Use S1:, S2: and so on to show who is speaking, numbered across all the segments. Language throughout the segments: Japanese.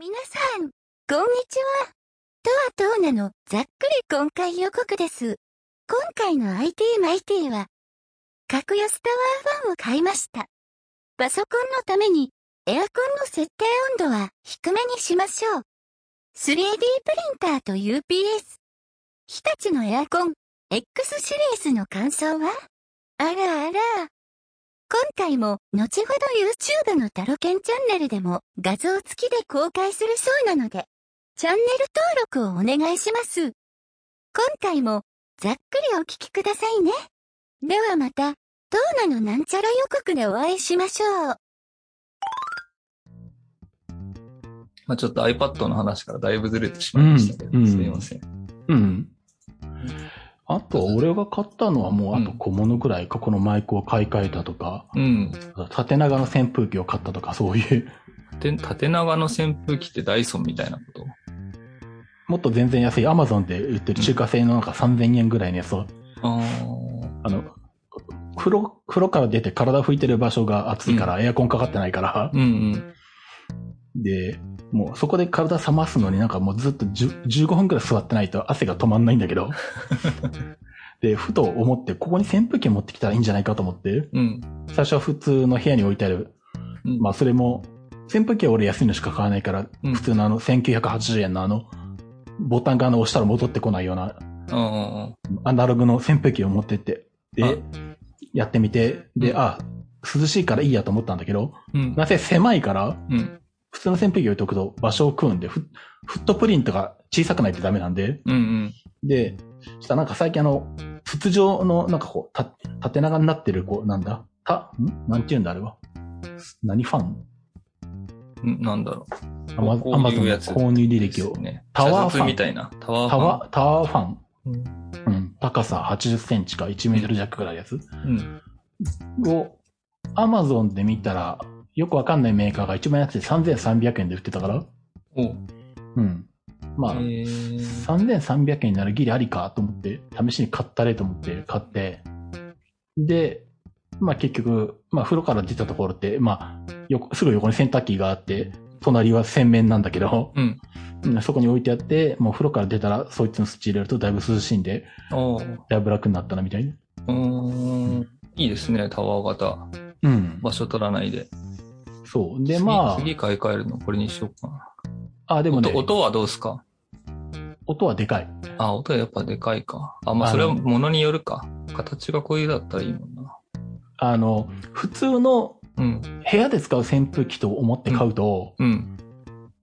S1: 皆さん、こんにちは。とはとうなの、ざっくり今回予告です。今回の IT マイティは、格安タワーファンを買いました。パソコンのために、エアコンの設定温度は低めにしましょう。3D プリンターと UPS。日立のエアコン、X シリーズの感想はあらあら。今回も、後ほど YouTube のタロケンチャンネルでも画像付きで公開するそうなので、チャンネル登録をお願いします。今回も、ざっくりお聞きくださいね。ではまた、トーナのなんちゃら予告でお会いしましょう。
S2: まあちょっと iPad の話からだいぶずれてしまいましたけど、
S3: うん
S2: すいません。
S3: うん。あと、俺が買ったのはもうあと小物ぐらいか、このマイクを買い替えたとか、
S2: うん。
S3: 縦長の扇風機を買ったとか、そういう、
S2: で縦長の扇風機ってダイソンみたいなこと
S3: もっと全然安い、アマゾンで売ってる中華製のなんか3000円ぐらいのやつを、
S2: あ
S3: あの、風呂、風呂から出て体拭いてる場所が暑いから、エアコンかかってないから
S2: あ。う、ん
S3: で、もうそこで体冷ますのになんかもうずっと10 15分くらい座ってないと汗が止まんないんだけ ど。で、ふと思って、ここに扇風機持ってきたらいいんじゃないかと思って、
S2: うん。うん。
S3: 最初は普通の部屋に置いてある。
S2: うん
S3: まあそれも、扇風機は俺安いのしか買わないから、
S2: うん
S3: 普通のあの1980円のあの、ボタンがあの押したら戻ってこないような
S2: あ
S3: アナログの扇風機を持ってって、
S2: あ
S3: で、やってみて、で、
S2: うん
S3: あ、涼しいからいいやと思ったんだけど、
S2: ーうん。
S3: なぜ狭いから、
S2: うん。
S3: 普通の扇風機置いとくと場所を食うんで、フフットプリントが小さくないとダメなんで、
S2: うんうん。
S3: で、そしたらなんか最近あの、筒状のなんかこう、た縦長になってる、こう、なんだた、んなんて言うんだあれは。何ファン
S2: うんなんだろう。
S3: アマ
S2: こういう
S3: アマゾンの
S2: やつ
S3: 購入履歴を。
S2: ね。
S3: タワーファ
S2: 茶筒
S3: ン
S2: みたいな。タワーフ
S3: タ
S2: ァン。
S3: ワー、タワーファン。
S2: うん
S3: うん。高さ80センチか1メートル弱ぐらいのやつ
S2: うん。
S3: を、アマゾンで見たら、よくわかんないメーカーが一番安くて3300円で売ってたから、
S2: おう
S3: うん。まあ、
S2: へー
S3: 3300円になるギリありかと思って、試しに買ったれと思って買って、で、まあ結局、まあ風呂から出たところって、まあ、よすぐ横に洗濯機があって、隣は洗面なんだけど、
S2: うん
S3: うんそこに置いてあって、もう風呂から出たら、そいつのスイッチ入れるとだいぶ涼しいんで、
S2: おう
S3: だいぶ楽になったなみたいな。
S2: うーん。いいですね、タワー型。
S3: うん。
S2: 場所取らないで。
S3: そう。で、ま
S2: 次次買い替えるのこれにしようかな。
S3: あ、あ、でもね
S2: 音、音はどうすか
S3: 音はでかい。
S2: あ、音はやっぱでかいか。あ、まあ
S3: あの
S2: それはものによるか。形がこういうだったらいいもんな。
S3: あの、普通の
S2: うん。
S3: 部屋で使う扇風機と思って買うと、
S2: うん。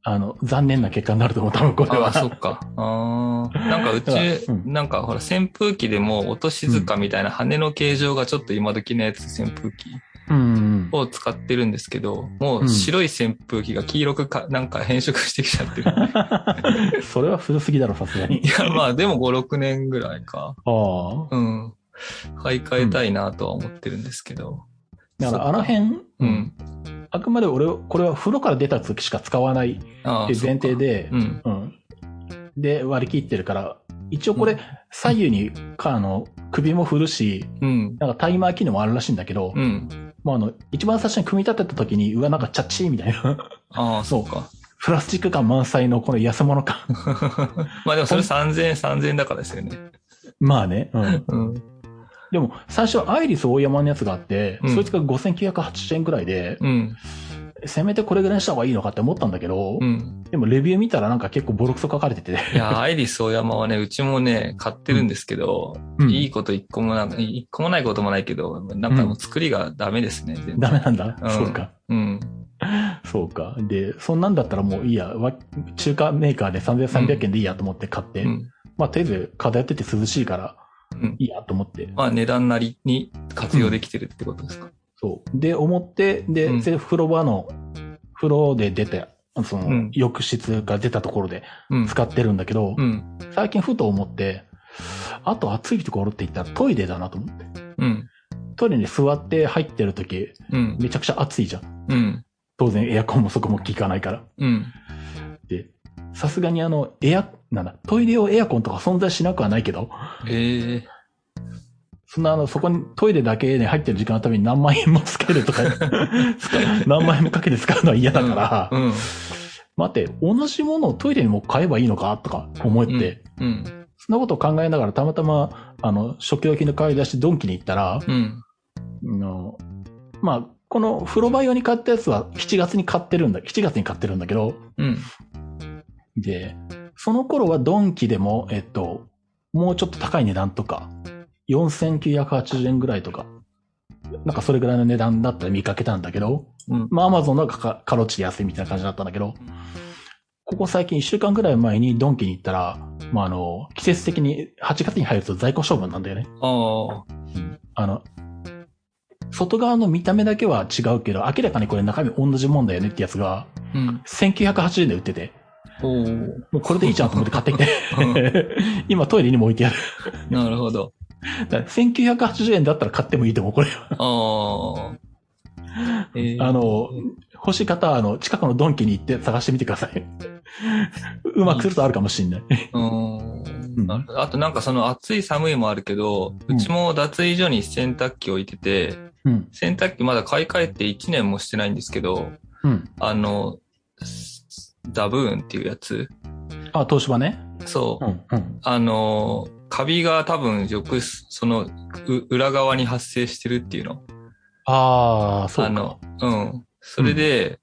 S3: あの、残念な結果になると思う、多分これ
S2: あ
S3: は。
S2: あ、そっか。ああ。なんかうち
S3: う、ん
S2: なんかほら扇風機でも音静かみたいな羽の形状がちょっと今時のやつ扇風機
S3: うんうん。
S2: を使ってるんですけど、もう白い扇風機が黄色くか、なんか変色してきちゃっ てる。
S3: それは古すぎだろ、さすがに
S2: い。や、まあでも5、6年ぐらいか。
S3: ああ。
S2: うん。買い替えたいなとは思ってるんですけど。
S3: だから、あの辺、
S2: うん。
S3: あくまで俺、これは風呂から出た時しか使わないって
S2: ああ
S3: いう前提。で
S2: そっかう、ん。
S3: うん。で、割り切ってるから、一応これ、左右に、か、あの、首も振るし、
S2: うん。
S3: なんかタイマー機能もあるらしいんだけど、
S2: うん。
S3: もうあの、一番最初に組み立てた時に、うわ、なんかチャッチーみたいな、
S2: ああ、そうか。
S3: プラスチック感満載のこの安物感。
S2: まあでもそれ3000円、3000円だからですよね。
S3: まあね、うん。
S2: うん。
S3: でも、最初はアイリス大山のやつがあって、
S2: うん
S3: そいつが5980円くらいで、
S2: うん。
S3: せめてこれぐらいにした方がいいのかって思ったんだけど、
S2: うん。
S3: でもレビュー見たらなんか結構ボロクソ書かれてて。
S2: いや、アイリスオーヤマはね、うちもね、買ってるんですけど、
S3: うん
S2: いいこと一個もなんか、一個もないこともないけど、なんかもう作りがダメですね、全然
S3: ダメなんだ、
S2: うん
S3: そうか。
S2: うん。
S3: そうか。で、そんなんだったらもういいや。わ中華メーカーで3300円でいいやと思って買って。
S2: うん。
S3: まあ、とりあえず風やってて涼しいから
S2: うん。
S3: いいやと思って。
S2: まあ値段なりに活用できてるってことですか。
S3: そう。で、思って、で、
S2: うん
S3: それ風呂場の、風呂で出て、その、
S2: うん
S3: 浴室が出たところで
S2: うん。
S3: 使ってるんだけど、
S2: うん。
S3: 最近ふと思って、あと暑いところって言ったらトイレだなと思って。
S2: うん。
S3: トイレに座って入ってる時、
S2: うん。
S3: めちゃくちゃ暑いじゃん。
S2: うん。
S3: 当然エアコンもそこも効かないから。
S2: うん。
S3: で、さすがにあの、エア、なんだ、トイレ用エアコンとか存在しなくはないけど、
S2: ええ
S3: そんなあの、そこにトイレだけに入ってる時間のために何 万円もつけるとか、使う何万円もかけて使うのは嫌だから、
S2: うん。
S3: 待て、同じものをトイレにも買えばいいのかとか思って、
S2: うん。
S3: そんなことを考えながらたまたま、あの、食料品の買い出しドンキに行ったら、
S2: うん。
S3: あの、まあ、この風呂場用に買ったやつは7月に買ってるんだ、7月に買ってるんだけど、
S2: うん。
S3: で、その頃はドンキでも、えっと、もうちょっと高い値段とか、4980円ぐらいとか、なんかそれぐらいの値段だったら見かけたんだけど、
S2: うん。
S3: まあ、アマゾンのか、カロチで安いみたいな感じだったんだけど、ここ最近1週間ぐらい前にドンキに行ったら、まあ、あの、季節的に8月に入ると在庫処分なんだよね。
S2: ああ。
S3: あの、外側の見た目だけは違うけど、明らかにこれ中身同じもんだよねってやつが、
S2: うん。
S3: 1980円で売ってて、
S2: おお。
S3: もうこれでいいじゃんと思って買ってき て、今トイレにも置いてある。
S2: なるほど。
S3: だから1980円だったら買ってもいいと思う、これ
S2: あ
S3: は。
S2: あ。えー
S3: あの、欲しい方は、あの、近くのドンキに行って探してみてください。 うまくするとあるかもしんない。
S2: うんなるほどあとなんかその暑い寒いもあるけど、
S3: う
S2: うんちも脱衣所に洗濯機置いてて、
S3: うん。
S2: 洗濯機まだ買い替えて1年もしてないんですけど、
S3: うん。
S2: あの、スダブーンっていうやつ
S3: あ、東芝ね。
S2: そう。
S3: ん。うん。
S2: あの、カビが多分よくす、その、う裏側に発生してるっていうの。
S3: ああ、そう
S2: あ
S3: か。
S2: の、うん。それで、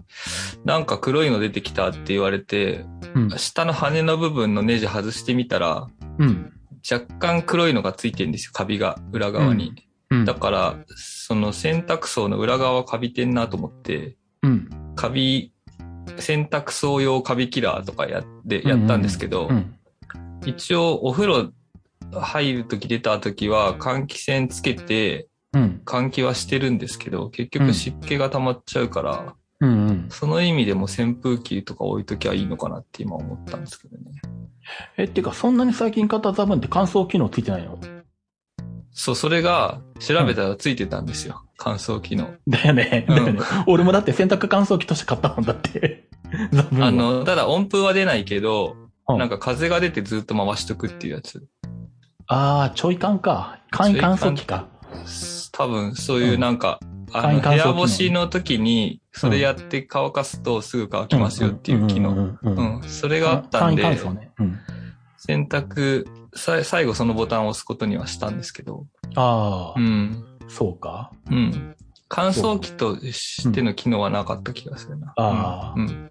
S2: なんか黒いの出てきたって言われて、
S3: うん。
S2: 下の羽の部分のネジ外してみたら、
S3: うん。
S2: 若干黒いのがついてるんですよ、カビが、裏側に。
S3: うん
S2: だ。から、その洗濯槽の裏側はカビてんなと思って、
S3: うん。
S2: カビ、洗濯槽用カビキラーとかやって、やったんですけど、
S3: うん。
S2: 一応お風呂入るとき出たときは換気扇つけて
S3: うん。
S2: 換気はしてるんですけど、結
S3: うん
S2: 局湿気が溜まっちゃうから、
S3: うん。うん。
S2: その意味でも扇風機とか置いときゃいいのかなって今思ったんですけどね。
S3: え、っていうか、そんなに最近買ったザブンって乾燥機能ついてないの
S2: そう、それが調べたらついてたんですよ。乾燥機能。
S3: だよね。
S2: う
S3: だ
S2: ん
S3: よね。俺もだって洗濯乾燥機として買ったもんだって。 ザブンは
S2: あ、の、ただ音符は出ないけど、
S3: うん
S2: なんか風が出てずっと回しとくっていうやつ。
S3: ああ、ちょい缶か。簡易乾燥機か。
S2: 多分そういうなんか、あの、部
S3: 簡易乾燥機
S2: 屋
S3: 能
S2: 干しの時にそれやって乾かすとすぐ乾きますよっていう機能。
S3: んうんうんう
S2: うんん、それがあったんで、
S3: 簡易乾燥ね。うん。
S2: 選択さ、最後そのボタンを押すことにはしたんですけど、
S3: あ
S2: う、
S3: あ
S2: ん、
S3: そうか。
S2: うん。乾燥機としての機能はなかった気がするな。
S3: あー
S2: うん、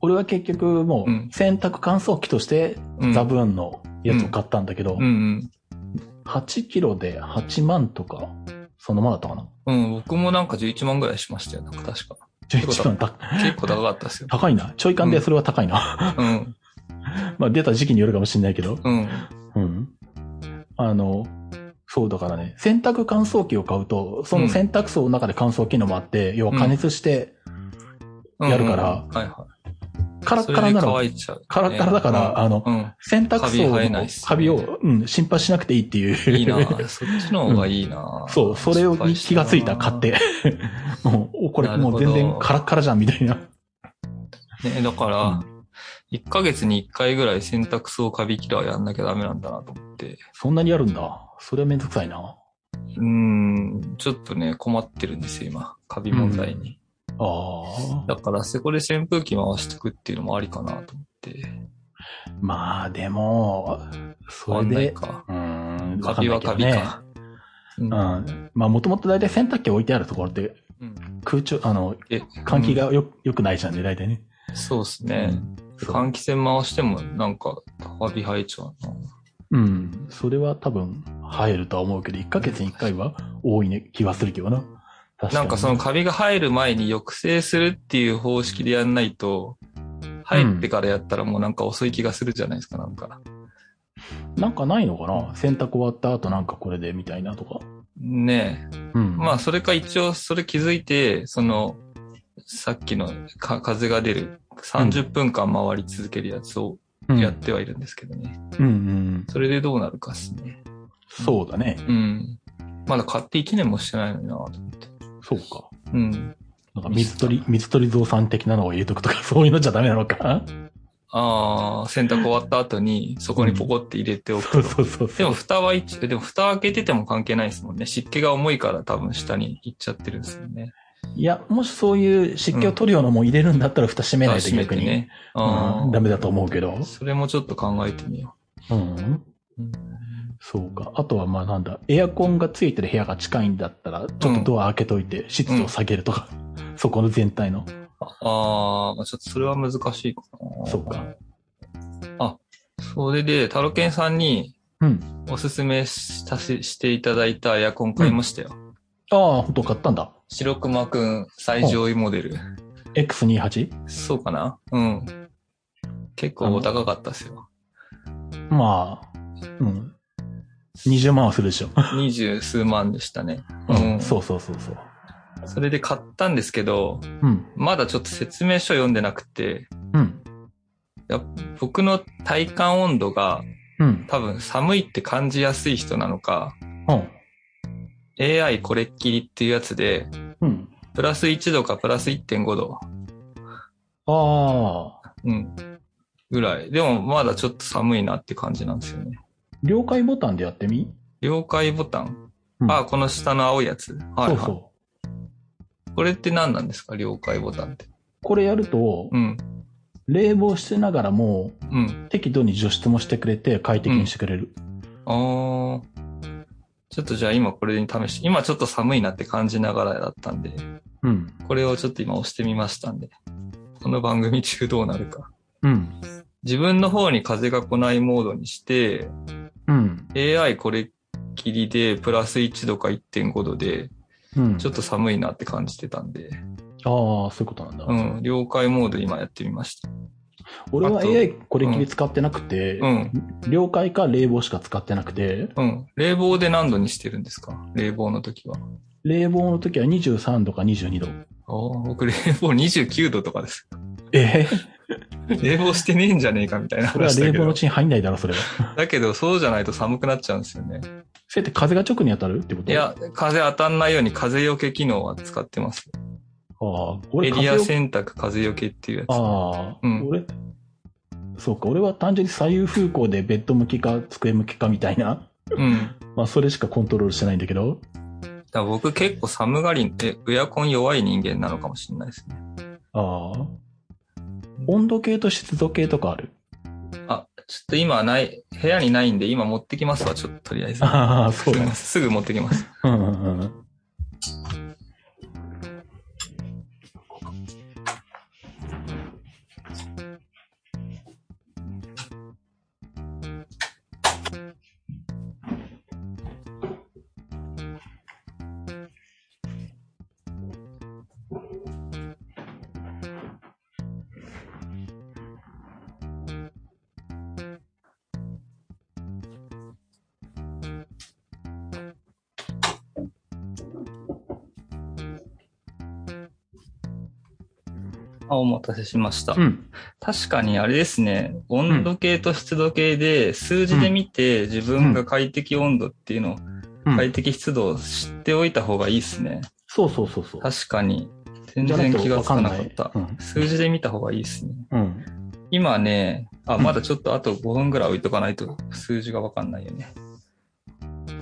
S3: 俺は結局も
S2: うん
S3: う洗濯乾燥機として
S2: うん。
S3: ザブーンのやつを買ったんだけど
S2: うん、うん。
S3: 8キロで8万とか、そのままだったかな。
S2: うん、僕もなんか11万ぐらいしましたよ、なんか確か。
S3: 11万高い
S2: 結構高かったですよ。
S3: 高いな。ちょい缶でそれは高いな。
S2: うん、
S3: まあ出た時期によるかもしれないけど。
S2: うん、
S3: うん。あの、そうだからね、洗濯乾燥機を買うと、その洗濯槽の中で乾燥機能もあって、要は加熱して、
S2: うん。
S3: やるから
S2: うんはいは
S3: カ
S2: い。
S3: ラ
S2: それ
S3: ッカラ
S2: で
S3: なの。
S2: 乾いちゃう、
S3: カラッカラだから、あの、
S2: うん、うん。
S3: 洗濯槽
S2: カビ生えない
S3: の
S2: っすね
S3: カビを、うん、心配しなくていいって いう。
S2: いいなそっちの方がいいな
S3: そう、それをに気がついた、
S2: 失
S3: 買っ
S2: 敗
S3: て。 もう、おこれ
S2: なるほ
S3: もう
S2: ど
S3: 全然カラッカラじゃん、みたいな。
S2: したな。ね、だから、1ヶ月に1回ぐらい洗濯槽カビキラーやんなきゃダメなんだなと思って。
S3: そんなにやるんだ。それはめんどくさいな。
S2: うーん、ちょっとね、困ってるんですよ、今。カビ問題に。
S3: ああ。
S2: だから、そこで扇風機回しとくっていうのもありかなと思って。
S3: まあ、でも、そ
S2: わか
S3: れ
S2: んない
S3: で、
S2: か。
S3: うーん、
S2: カビは
S3: わか
S2: カ
S3: ん
S2: ビ
S3: ないけどね
S2: か。うん
S3: うんまあ、もともと大体洗濯機置いてあるところって
S2: うん、
S3: 空調、あの、
S2: え
S3: 換気がよ、良くないじゃんね、大体ね。
S2: そうですね。
S3: そう
S2: 換気扇回しても、なんか、カビ生えちゃうな。
S3: うん。それは多分、入るとは思うけど、1ヶ月に1回は多いね、気はするけどな。確か
S2: な
S3: に。
S2: んかそのカビが入る前に抑制するっていう方式でやんないと、入ってからやったらもうなんか遅い気がするじゃないですか、なんか。
S3: なんかないのかな洗濯終わった後なんかこれでみたいなとか。
S2: ねえ。
S3: うん。
S2: まあそれか一応それ気づいて、その、さっきのか風が出る30分間回り続けるやつを
S3: うん、
S2: やってはいるんですけどね。
S3: うんうん。
S2: それでどうなるかっすね。
S3: そうだね。
S2: うん。まだ買って1年もしてないのになと思って。
S3: そうか。
S2: うん。
S3: なんか水鳥、水鳥像さん的なのを入れとくとか、 そういうのじゃダメなのか
S2: ああ、洗濯終わった後にそこにポコって入れておく
S3: そうそうそう
S2: で
S3: そう。
S2: も蓋は一、でも蓋開けてても関係ないですもんね。湿気が重いから多分下に行っちゃってるんですよね。
S3: いや、もしそういう湿気を取るようなもん入れるんだったら蓋閉めないと
S2: 閉め
S3: 逆
S2: て
S3: に、
S2: ね。
S3: う
S2: ああ
S3: ん、ダメだと思うけど。
S2: それもちょっと考えてみよ
S3: うん
S2: うん。
S3: そうか。あとは、まあなんだ、エアコンがついてる部屋が近いんだったら、ちょっとドア開けといて湿度を下げるとか、そこの全体の。
S2: う。ああ、まあちょっとそれは難しいかな。
S3: そうか。
S2: それで、タロケンさんに
S3: うん。
S2: おすすめしたししていただいたエアコン買いましたよ。
S3: ああ、本当買ったんだ。
S2: 白熊くん最上位モデル。
S3: X28?
S2: そうかなうん。結構お高かったですよ。
S3: まあ、うん。20万はするでしょ。
S2: 二十数万でしたね。うん
S3: そうそうそうそう。
S2: それで買ったんですけど、
S3: うん。
S2: まだちょっと説明書読んでなくて、
S3: うん。
S2: 僕の体感温度が
S3: うん。
S2: 多分寒いって感じやすい人なのか、
S3: うん。
S2: AI これっきりっていうやつで、
S3: うん。
S2: プラス1度かプラス1.5度。
S3: ああ、
S2: うん。ぐらい。でもまだちょっと寒いなって感じなんですよね。
S3: 了解ボタンでやってみ
S2: 了解ボタン。
S3: うん
S2: あ、この下の青いやつ。はい、は
S3: そ
S2: いう
S3: そう。
S2: これって何なんですか了解ボタンって。
S3: これやると
S2: う、ん。
S3: 冷房してながらも、
S2: うん。
S3: 適度に除湿もしてくれて、快適にしてくれる。
S2: あー。ちょっとじゃあ今これに試して、今ちょっと寒いなって感じながらだったんで、
S3: うん。
S2: これをちょっと今押してみましたんで、この番組中どうなるか。
S3: うん。
S2: 自分の方に風が来ないモードにして、
S3: うん。
S2: AI これっきりで、プラス1度か1.5度で、
S3: うん。
S2: ちょっと寒いなって感じてたんで、
S3: ああ、そういうことなんだ。
S2: うん、了解モード今やってみました。
S3: 俺は
S2: あと
S3: AI これっきり使ってなくて、
S2: うん、
S3: 了解か冷房しか使ってなくて、
S2: うん。冷房で何度にしてるんですか冷房の時は。
S3: 冷房の時は23度か22度。
S2: あー僕冷房29度とかです。
S3: え
S2: 冷房してねえんじゃねえかみたいな
S3: それは
S2: 話だ
S3: 冷
S2: け
S3: 房
S2: ど
S3: のう。ちに入んないだろ、それは。
S2: だけど、そうじゃないと寒くなっちゃうんですよね。
S3: それって風が直に当たるってこと
S2: い。や、風当たんないように風よけ機能は使ってます。
S3: ああ、
S2: エ
S3: 俺
S2: リ
S3: 風
S2: ア
S3: を
S2: 選択風よけっていうやつ。
S3: ああ、
S2: うん
S3: 俺、そうか、俺は単純に左右風向でベッド向きか机向きかみたいな、
S2: うん。だか
S3: まあそれしかコントロールしてないんだけど、
S2: ら僕結構寒がりで、エアコン弱い人間なのかもしれないですね。
S3: ああ、温度計と湿度計とかある。
S2: あ、ちょっと今はない、部屋にないんで今持ってきますわ、ちょっとと りあえず。
S3: ああ、そ
S2: す
S3: う
S2: ぐ
S3: だね。
S2: すぐ持ってきます。
S3: うんうんうん。
S2: あ、お待たせしました。
S3: うん。
S2: 確かにあれですね、温度計と湿度計で数字で見て自分が快適温度っていうのを、
S3: うん
S2: 快適湿度を知っておいた方がいいですね。
S3: そうそうそうそう。
S2: 確かに。全
S3: じゃな
S2: 然
S3: いと
S2: 気がつかなかった
S3: わかんないうん
S2: 数字で見た方がいいですね。
S3: うん。
S2: 今ね、あ、
S3: うん
S2: まだちょっとあと5分ぐらい置いとかないと数字がわかんないよね。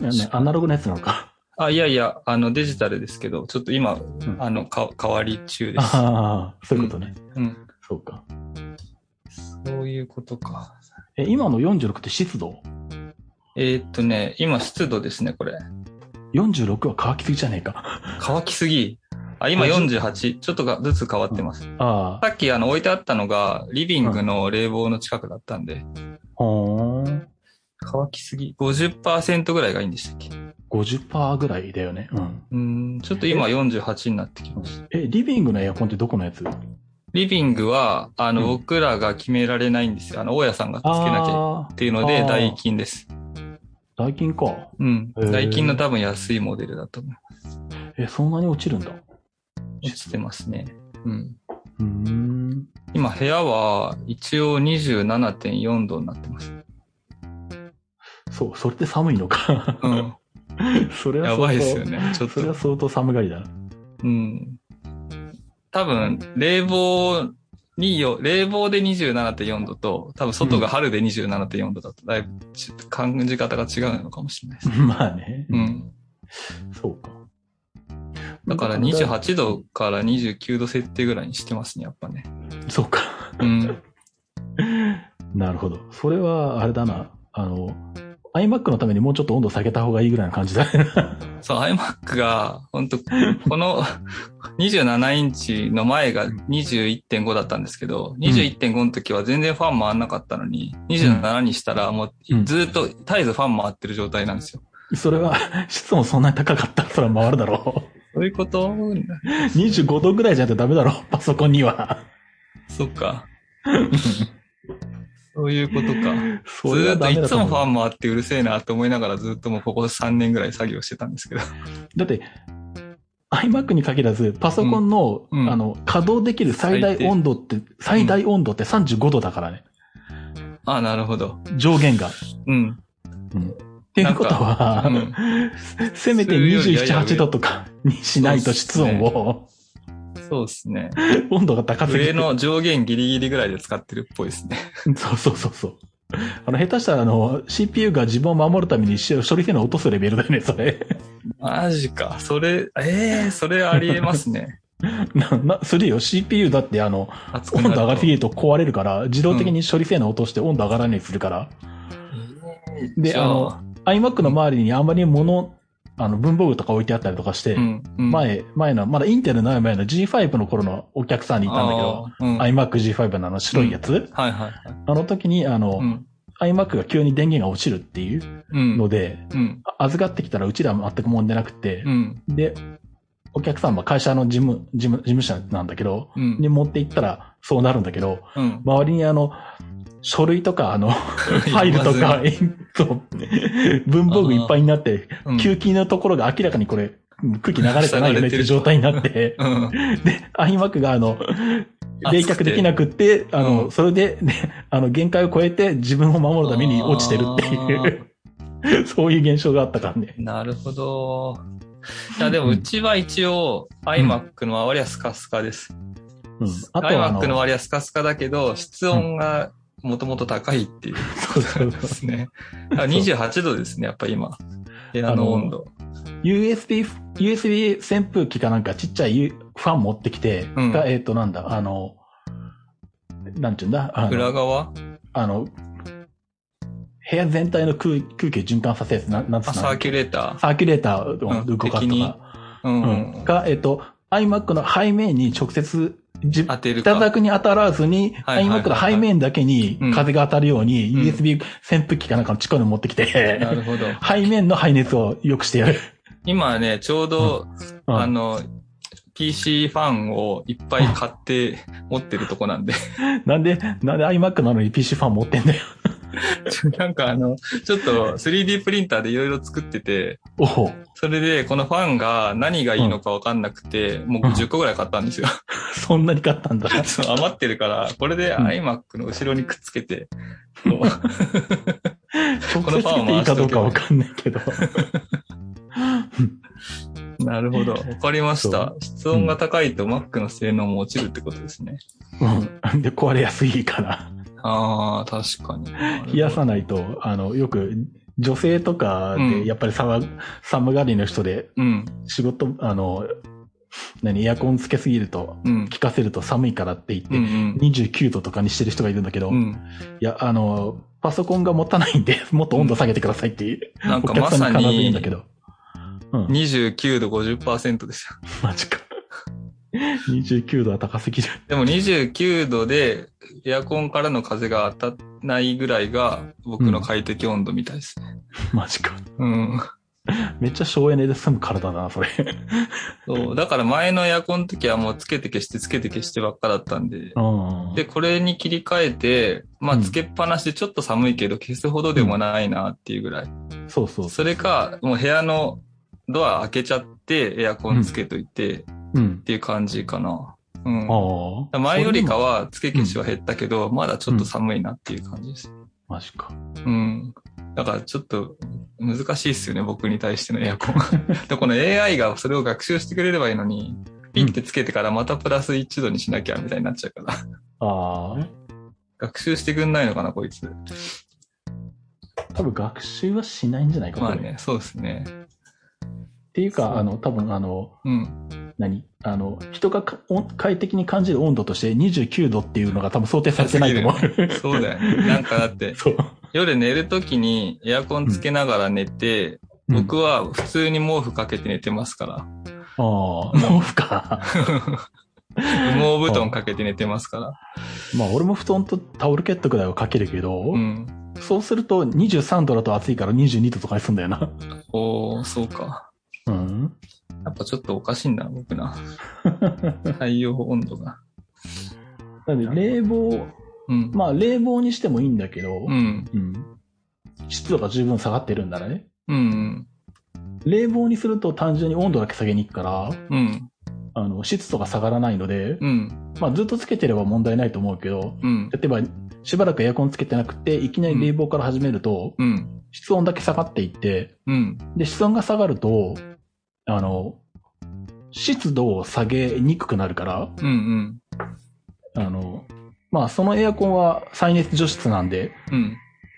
S3: いやねアナログのやつなのか。
S2: あ、いやいや、あのデジタルですけど、ちょっと今、
S3: ん
S2: あの、か、変わり中です。
S3: ああ、そういうことね。
S2: うん。
S3: そうか。
S2: そういうことか。
S3: え、今の46って湿度
S2: えーっとね、今湿度ですね、これ。
S3: ?46 は乾きすぎじゃねえか。
S2: 乾きすぎ。あ、今
S3: あじ
S2: 48。ちょっとがずつ変わってます。
S3: ああ、
S2: さっきあの置いてあったのが、リビングの冷房の近くだったんで、
S3: ほーん。
S2: 乾きすぎ。50%ぐらいがいいんでしたっけう
S3: 50%ぐらいだよね。うん。
S2: ーん、ちょっと今48になってきました。
S3: え、リビングのエアコンってどこのやつ
S2: リビングは、あの、
S3: うん
S2: 僕らが決められないんですよ。あの、大家さんがつけなきゃ
S3: あ
S2: っていうので、
S3: あー
S2: 代金です。
S3: ーダイキンか。
S2: うん。
S3: へー
S2: 代金の多分安いモデルだと思う。
S3: え、そんなに落ちるんだ。
S2: 落ちてますね。うん。
S3: うーん。
S2: 今、部屋は一応27.4度になってます。
S3: そう、それって寒いのか。
S2: うん。
S3: それは
S2: や
S3: 相当
S2: ばいですよね。ちょっ
S3: それは
S2: と。
S3: 相当寒がりだな。
S2: うん。多分、冷房によ、冷房で27.4度と、多分外が春で27.4度だと、だいぶち感じ方が違うのかもしれないです。
S3: まあね。
S2: う。ん。
S3: そうか。
S2: だから28度から29度設定ぐらいにしてますね、やっぱね。
S3: そうか。
S2: うん。
S3: なるほど。それは、あれだな。あの、iMac のためにもうちょっと温度下げた方がいいぐらいの感じだ ね。
S2: そう、iMac が、本当この27インチの前が21.5だったんですけど、21.5の時は全然ファン回んなかったのに、27にしたらもう
S3: うん
S2: ずっと絶えずファン回ってる状態なんですよ。
S3: それは、湿もそんなに高かったら、それは回るだろ
S2: そういうこと
S3: う。25度ぐらいじゃないとダメだろう、パソコンには。
S2: そっ か。そういうことか。
S3: そ
S2: ずー
S3: れは
S2: っと
S3: ダメ
S2: い
S3: だ
S2: つ
S3: と
S2: も
S3: 思う
S2: ファン回ってうるせえなと思いながらずっともうここ3年ぐらい作業してたんですけど。
S3: だって、iMac に限らず、パソコンの、
S2: うんうん
S3: あの、稼働できる最大
S2: 最低
S3: 温度って、最大温度って35度だからね。
S2: あ、なるほど。
S3: 上限が。
S2: うん。
S3: うん。っていうことは、
S2: うん
S3: せめて
S2: 普通より
S3: 27、
S2: やや上
S3: 8度とかにしないと室温を、
S2: そうですね。
S3: 温度が高すぎ
S2: 上
S3: て。
S2: の上限ギリギリぐらいで使ってるっぽいです ね。
S3: そうそうそうそう。あの、下手したら、あの、CPU が自分を守るためにし処理性能を落とすレベルだよね、それ。
S2: マジか。それ、ええそれありえます ね。
S3: な、な、するよ。CPU だって、あの、
S2: 熱く
S3: 温
S2: な
S3: 度
S2: ると
S3: 上がりすぎると壊れるから、自動的に処理性能を落として温度上がらないようにするから。で、
S2: じゃ
S3: あの、iMac の周りにあんまり物、あの、文房具とか置いてあったりとかして、
S2: うん、うん。
S3: 前、前の、まだインテルのない前の G5 の頃のお客さんにいたんだけど、
S2: あーうん。はい
S3: iMac G5 のあの白いやつ、
S2: はいはい。
S3: あの時に、あの、
S2: うん。
S3: iMac が急に電源が落ちるっていう
S2: うん。
S3: ので、
S2: うん。
S3: 預かってきたらうちらは全く問題なくて
S2: う、ん。
S3: で、お客さんは会社の事務、事務、事務所なんだけど、
S2: うん。
S3: に持って行ったらそうなるんだけど、
S2: うん。
S3: 周りにあの、書類とか、 あの、ファイルとか、えっと、文房具いっぱいになって、
S2: うん、
S3: 吸気のところが明らかにこれ、空気流れてないよねっていう状態になって、
S2: うん。
S3: で、iMac が あの、
S2: あ
S3: 冷却できなくって、あの、
S2: うん
S3: それで、ね、あの、限界を超えて自分を守るために落ちてるっていう、 そういう現象があったからね。
S2: なるほど。いや、でもうちは一応、iMac の周りはスカスカです。
S3: うん。あとはあ
S2: iMac の
S3: の、
S2: 割はスカスカだけど、室温がもともと高いっていう
S3: そうそう
S2: ことで
S3: そう
S2: すね。だから28度ですね、やっぱ今。部屋の温度。
S3: USB、USB 扇風機かなんかちっちゃいファン持ってきて、
S2: うん
S3: がえっ、と、なんだ、あの、なんていうんだ、あ
S2: 裏
S3: の、
S2: 側
S3: あの部屋全体の空空気を循環させるやつ、ななんつう
S2: あ
S3: の
S2: サーキュレータ
S3: サーキュレーターを動か
S2: うん的
S3: すと
S2: に
S3: か。
S2: ー。うん。
S3: うんが、えっと、iMac の背面に直接、じ
S2: 当てる
S3: 板
S2: か。
S3: くに当たらずに、
S2: はいはいはい
S3: iMac の背面だけに
S2: うん
S3: 風が当たるように、
S2: うん
S3: USB 扇風機かなんかの近いの持ってきて、
S2: なるほど。
S3: 背面の排熱を良くしてやる。
S2: 今ね、ちょうど、
S3: うん
S2: あの、PC ファンをいっぱい買って持ってるとこなんで。
S3: なんで、なんで iMac なのに PC ファン持ってんだよ。
S2: なんかあの、ちょっと 3D プリンターでいろいろ作ってて、
S3: おお。
S2: それでこのファンが何がいいのかわかんなくて、もう10個ぐらい買ったんですよ。
S3: そんなに買ったんだ。
S2: そう余ってるから、これで
S3: うん
S2: iMac の後ろにくっつけ て、こう
S3: 直接つけていいかどうかわかんないけど。
S2: なるほど。わかりまし
S3: そ
S2: た。室温が高いと Mac の性能も落ちるってことですね。
S3: うん。で、壊れやすいから。
S2: ああ、確かに。
S3: 冷やさないと、あの、よく、女性とか
S2: うん
S3: で、やっぱり寒、寒がりの人で、
S2: うん、
S3: 仕事、あの、何、エアコンつけすぎると、
S2: うん、
S3: 効かせると寒いからって言って、
S2: うん、
S3: 29度とかにしてる人がいるんだけど、
S2: うん。う
S3: い
S2: ん
S3: や、あの、パソコンが持たないんで、 もっと温度下げてくださいっていう、
S2: なん
S3: お
S2: かま
S3: 客さ
S2: さ
S3: んに必ず言うんだけ
S2: に、
S3: ど。うん。
S2: 29度50%ですよ。
S3: マジか。29度は高すぎる。
S2: でも29度でエアコンからの風が当たらないぐらいが僕の快適温度みたいですね。
S3: マジか。
S2: うん。
S3: めっちゃ省エネで済む体だな、それ。
S2: そう。だから前のエアコンの時はもうつけて消してつけて消してばっかだったんで、
S3: うん。
S2: で、これに切り替えて、まあ、
S3: うん
S2: つけっぱなしでちょっと寒いけど、消すほどでもないなっていうぐらい。
S3: そうそう。
S2: それか、もう部屋のドア開けちゃって、エアコンつけといて、っ
S3: うん。
S2: ていう感じかな。うん。
S3: ああ。
S2: 前よりかは、付け消しは減ったけど、まだちょっと寒いなっていう感じです。
S3: マジか。
S2: うん。だからちょっと難しいですよね、僕に対してのエアコン。 で、この AI がそれを学習してくれればいいのに、ピッてつけてからまたプラス1度にしなきゃみたいになっちゃうから。
S3: ああ。
S2: 学習してくんないのかな、こいつ。
S3: 多分学習はしないんじゃないか、
S2: まあ
S3: これ
S2: ね、そうですね。
S3: っていう
S2: そう
S3: か、あの、多分あの、
S2: うん。
S3: 何あの、人がかお快適に感じる温度として29度っていうのが多分想定されてないと思う。
S2: そうだよね。なんかだって、
S3: そう。
S2: 夜寝るときにエアコンつけながら寝て、僕は普通に毛布かけて寝てますから。
S3: ああ、毛布か。
S2: 羽毛布団かけて寝てますから。
S3: まあ俺も布団とタオルケットぐらいはかけるけど、
S2: うん。
S3: そうすると23度だと暑いから22度とかにすんだよな。
S2: おー、そうか。
S3: うん。
S2: やっぱちょっとおかしいんだな、僕な。太陽温度が。
S3: なんで冷房、
S2: うん。
S3: まあ冷房にしてもいいんだけど、
S2: うん。
S3: うん湿度が十分下がってるんだね。
S2: うん。
S3: 冷房にすると単純に温度だけ下げに行くから、
S2: うん。
S3: あの、湿度が下がらないので、
S2: うん。
S3: まあずっとつけてれば問題ないと思うけど、
S2: うん。
S3: 例えば、しばらくエアコンつけてなくて、いきなり冷房から始めると、
S2: うん。
S3: 室温だけ下がっていって、
S2: うん。
S3: で、室温が下がると、あの、湿度を下げにくくなるから、
S2: うん。うん。
S3: あの、まあ、そのエアコンは再熱除湿なんで
S2: うん。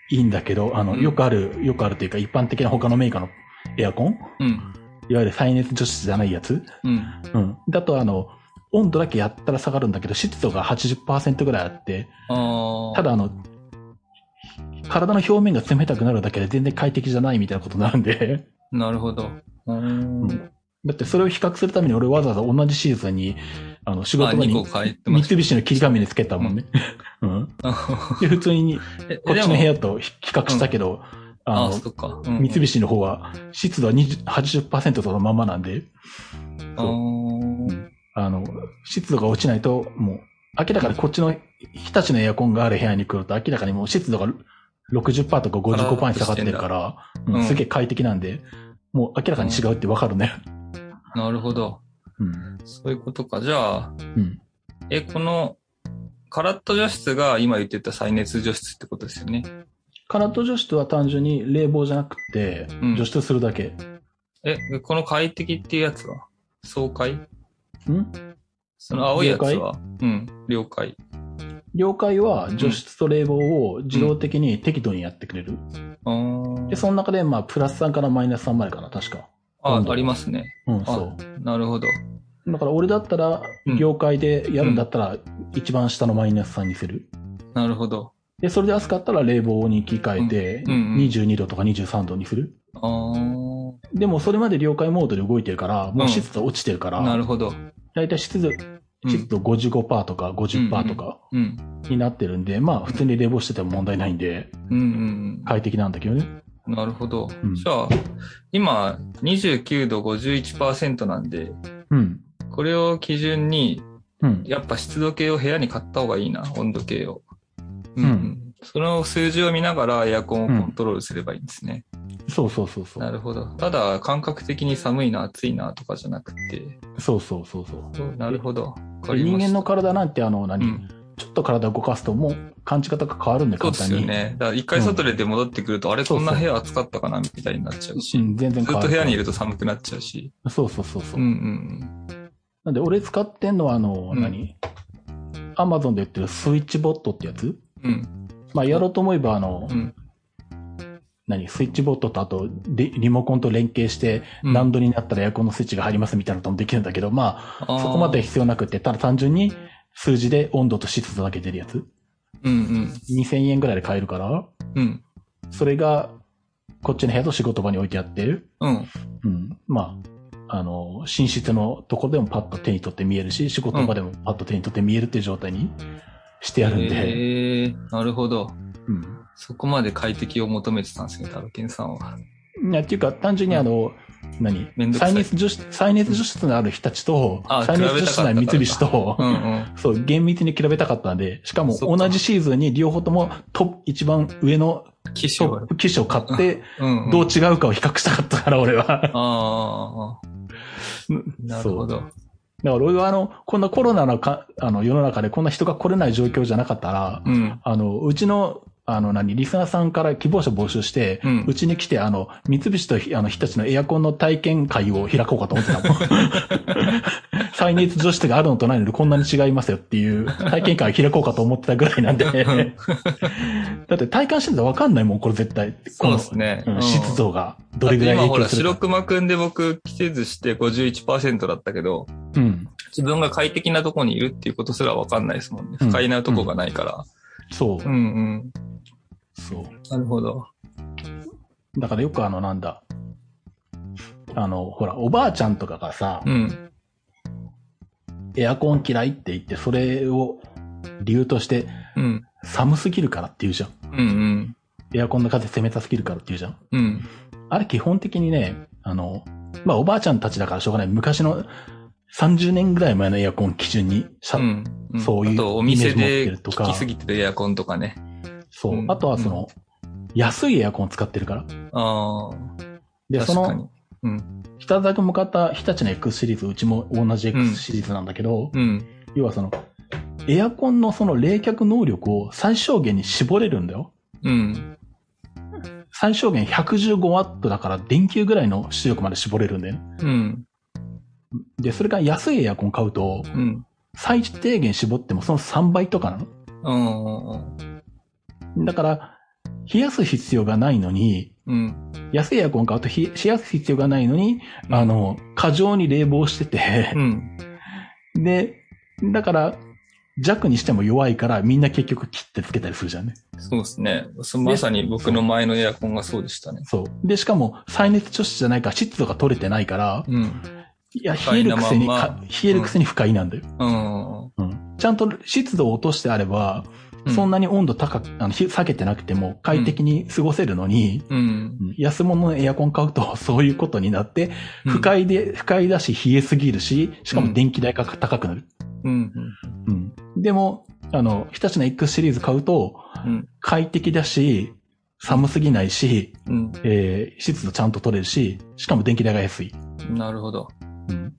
S3: いいんだけど、あの、
S2: うん
S3: よくある、よくあるというか、一般的な他のメーカーのエアコン
S2: うん。
S3: いわゆる再熱除湿じゃないやつ
S2: うん。
S3: うん。だと、あの、温度だけやったら下がるんだけど、湿度が80%ぐらいあって、
S2: ああ。
S3: ただあの、体の表面が冷たくなるだけで全然快適じゃないみたいなことになるんで、
S2: なるほど。うーん。
S3: だってそれを比較するために俺わざわざ同じシーズンに、あの、仕
S2: あ、
S3: 事場
S2: 2個
S3: に
S2: 買ってま
S3: 三
S2: した。
S3: 菱の切り紙につけたもんね。 うん。で、普通に
S2: え、
S3: こっ
S2: で
S3: ち
S2: も
S3: の部屋と比比較したけど、あ
S2: あ
S3: の、
S2: そっか。
S3: 三菱の方は湿度は20 80%そのままなんで、
S2: あー
S3: あの、湿度が落ちないと、もう、明らかにこっちの日立のエアコンがある部屋に来ると、明らかにもう湿度が60%とか55%に下がってるから、
S2: んだ
S3: うん
S2: うん
S3: すげえ快適なんで、もう明らかに違うってわかるね。
S2: なるほど。
S3: うん。
S2: そういうことか。じゃあ、
S3: うん。
S2: え、この、カラット除湿が今言ってた再熱除湿ってことですよね。
S3: カラット除湿は単純に冷房じゃなくて
S2: うん、
S3: 除湿するだけ。
S2: え、この快適っていうやつは爽快
S3: うん
S2: その青いやつはうん、了解。
S3: 了解は除湿と冷房を自動的に適度にやってくれる。
S2: あー
S3: で、その中で、まあ、プラス3からマイナス3までかな、確か。
S2: あ
S3: 今、度
S2: ありますね。
S3: うん、そう。
S2: なるほど。
S3: だから俺だったら
S2: うん、
S3: 業界でやるんだったら、一番下のマイナス3にする。
S2: なるほど。
S3: で、それで暑かったら冷房に切り替えて、
S2: うんうんうん
S3: 22度とか23度にする。
S2: ああ、
S3: でもそれまで了解モードで動いてるから、もう湿度落ちてるから、
S2: なるほど。
S3: だいたい湿度、
S2: うん
S3: 湿度55%とか50%とか
S2: うん。
S3: になってるんで、まあ普通に冷房してても問題ないんで、
S2: うんうん
S3: 快適なんだけどね。
S2: うん。なるほど。
S3: うん
S2: じゃあ、今、29度51%なんで、
S3: うん。
S2: これを基準に、
S3: うん。
S2: やっぱ湿度計を部屋に買った方がいいな、温度計を。うん、う。
S3: うん
S2: その数字を見ながらエアコンをコントロールすればいいんですね。
S3: そうそうそうそ
S2: な
S3: う。
S2: るほど。ただ、感覚的に寒いな、暑いなとかじゃなくて。
S3: そうそうそうそう。
S2: そうなるほど。わかり
S3: 人
S2: ました
S3: 間の体なんてあの何、
S2: うん
S3: ちょっと体動かすともう感じ方が変わるんで
S2: そう
S3: 簡
S2: で
S3: 単
S2: す
S3: に。
S2: よね。だから一回外出て戻ってくると、あれ
S3: そう
S2: こん
S3: そう
S2: な部屋暑かったかなみたいになっちゃう
S3: う
S2: し。
S3: ん、全然
S2: ずっ
S3: 変わ
S2: と
S3: る。
S2: 部屋にいると寒くなっちゃうし。
S3: そうそうそうそうう。
S2: んうん
S3: なんで俺使ってんのはあの、
S2: うん
S3: 何アマゾンで売ってるスイッチボットってやつ
S2: うん。うん。
S3: まあやろうと思えばあの、
S2: うん
S3: 何スイッチボットとあとリリモコンと連携して
S2: うん
S3: 何度になったらエアコンのスイッチが入りますみたいなこともできるんだけど、ま
S2: そ
S3: あそこまで。必要なくて、ただ単純に数字で温度と湿度だけ出るやつ。
S2: うん
S3: 2000円ぐらいで買えるから、
S2: うん。うん。
S3: それがこっちの部屋と仕事場に置いてあって、
S2: うん。
S3: うん。まあ、あの、寝室のところでもパッと手に取って見えるし、仕事場でもパッと手に取って見えるっていう状態にしてやるんで、
S2: へえー、なるほど。
S3: うん。
S2: そこまで快適を求めてたんですね、タロケンさんは。
S3: いやっていうか、単純にあの、何
S2: めんどくさい
S3: 再熱除湿、再熱除湿のある日立と
S2: あ、
S3: 再熱除湿のある三菱
S2: う
S3: と、
S2: んうん。
S3: そう、厳密に比べたかったんで、しかも
S2: そっか
S3: 同じシーズンに両方ともトップ、一番上の
S2: 機種
S3: ト
S2: は
S3: ップ機種を買って、
S2: うん、うん。
S3: どう違うかを比較したかったから、俺は。
S2: ああ。なるほど。
S3: だから俺はあの、こんなコロナのか、あの、世の中でこんな人が来れない状況じゃなかったら、
S2: うん。
S3: あの、うちのあの何、リスナーさんから希望者募集して、
S2: うん
S3: う。ちに来て、あの、三菱とひあの日立のエアコンの体験会を開こうかと思ってたもん。 再熱除湿があるのとないのでこんなに違いますよっていう体験会を開こうかと思ってたぐらいなんで。だって体感してみたらわかんないもん、これ絶対。
S2: そうですね。
S3: この。
S2: う
S3: うんん、湿度がどれぐらい
S2: だって今ほ
S3: 影響
S2: ら、
S3: する
S2: 白
S3: か。
S2: 熊くんで僕、季節して51%だったけど、
S3: うん。
S2: 自分が快適なとこにいるっていうことすらわかんないですもんね。
S3: うん
S2: 不快なとこがないから。
S3: そう
S2: う。んうん。
S3: そう。
S2: なるほど。
S3: だからよくあの、なんだ。あの、ほら、おばあちゃんとかがさ、
S2: うん。
S3: エアコン嫌いって言って、それを理由として、
S2: うん。
S3: 寒すぎるからって言うじゃん。
S2: うんうん。
S3: エアコンの風冷たすぎるからって言うじゃん。
S2: うん。
S3: あれ基本的にね、あの、まあ、おばあちゃんたちだからしょうがない。昔の30年ぐらい前のエアコン基準にしゃ、
S2: うん。ん
S3: そういう
S2: あと、お店
S3: イメージ持って
S2: で
S3: ると
S2: 効
S3: か
S2: きすぎてるエアコンとかね。
S3: そうう。
S2: ん
S3: あとはその、安いエアコンを使ってるから。
S2: あ
S3: で、
S2: あ。
S3: そ
S2: 確か
S3: の、
S2: に。うん。
S3: 北崎向かった日立の X シリーズ、うちも同じ
S2: うん
S3: X シリーズなんだけど、
S2: うん。
S3: 要はその、エアコンのその冷却能力を最小限に絞れるんだよ。
S2: うん。
S3: 最小限115ワットだから電球ぐらいの出力まで絞れるんだよね。
S2: うん。
S3: で、それから安いエアコン買うと、
S2: うん。
S3: 最低限絞ってもその3倍とかな
S2: うん。
S3: の。だから、冷やす必要がないのに、
S2: うん。
S3: 安いエアコン買うと冷冷やす必要がないのに、あの、過剰に冷房してて
S2: う、ん。
S3: で、だから、弱にしても弱いから、みんな結局切ってつけたりするじゃんね。
S2: そうですね。そまさに僕の前のエアコンがそうでしたね。
S3: そう。で、しかも、再熱除湿じゃないから、湿度が取れてないから、
S2: うん。
S3: いや、
S2: 不快
S3: 冷えるくせに
S2: なまん
S3: か、冷えるくせに不快なんだよ。
S2: うん。
S3: うん。ちゃんと湿度を落としてあれば、そん
S2: な。
S3: なに温度高く、あの、ひ下げてなくても快適に過ごせるのに、
S2: うん。
S3: 安物のエアコン買うと、 そういうことになって、不快で、不快だし、冷えすぎるし、しかも電気代が高くなる。
S2: うん。
S3: うん。でも、あの、日立の X シリーズ買うと、
S2: うん
S3: 快適だし、寒すぎないし、
S2: うん。
S3: えー、湿度ちゃんと取れるし、しかも電気代が安い。
S2: うんなるほど。
S3: うん。